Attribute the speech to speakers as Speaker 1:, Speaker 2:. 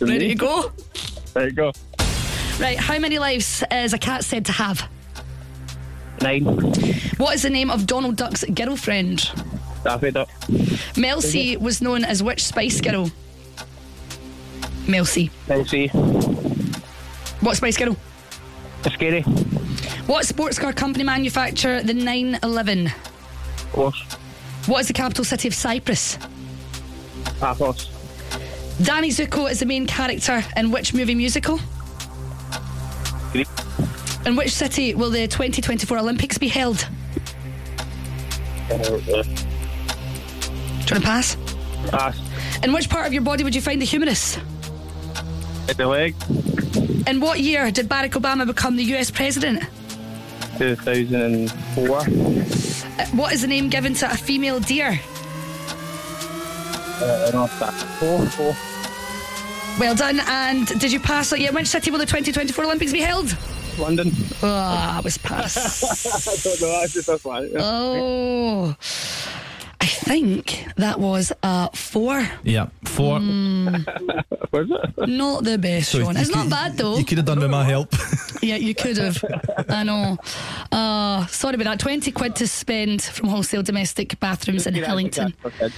Speaker 1: Ready to go?
Speaker 2: There you go.
Speaker 1: Right, how many lives is a cat said to have?
Speaker 2: Nine.
Speaker 1: What is the name of Donald Duck's girlfriend?
Speaker 2: Daffy Duck.
Speaker 1: Mel C was known as which Spice Girl? Mel C.
Speaker 2: Elsie.
Speaker 1: What Spice Girl?
Speaker 2: Scary.
Speaker 1: What sports car company manufacture the 911?
Speaker 2: Horse.
Speaker 1: What is the capital city of Cyprus?
Speaker 2: Pathos.
Speaker 1: Danny Zuko is the main character in which movie musical?
Speaker 2: Greek.
Speaker 1: In which city will the 2024 Olympics be held?
Speaker 2: Uh,
Speaker 1: Trying to pass.
Speaker 2: pass.
Speaker 1: In which part of your body would you find the humerus?
Speaker 2: Hit the leg.
Speaker 1: In what year did Barack Obama become the US president?
Speaker 2: 2004.
Speaker 1: Uh, What is the name given to a female deer?
Speaker 2: Uh, not that. Four. Four.
Speaker 1: Well done. And did you pass? Yeah, in which city will the 2024 Olympics be held?
Speaker 2: London.
Speaker 1: Ah, I was passed.
Speaker 2: I don't know. I just that's why.
Speaker 1: oh. I think that was a four.
Speaker 3: Yeah, four.
Speaker 1: Uh,
Speaker 2: Was it?
Speaker 1: Not the best,
Speaker 3: So
Speaker 1: Sean.
Speaker 3: you
Speaker 1: It's not
Speaker 3: could-
Speaker 1: bad, though.
Speaker 3: You could have done with my help.
Speaker 1: Yeah, you could have. I know. Uh, sorry about that. 20 quid to spend from wholesale domestic bathrooms in Hillington.
Speaker 2: Okay.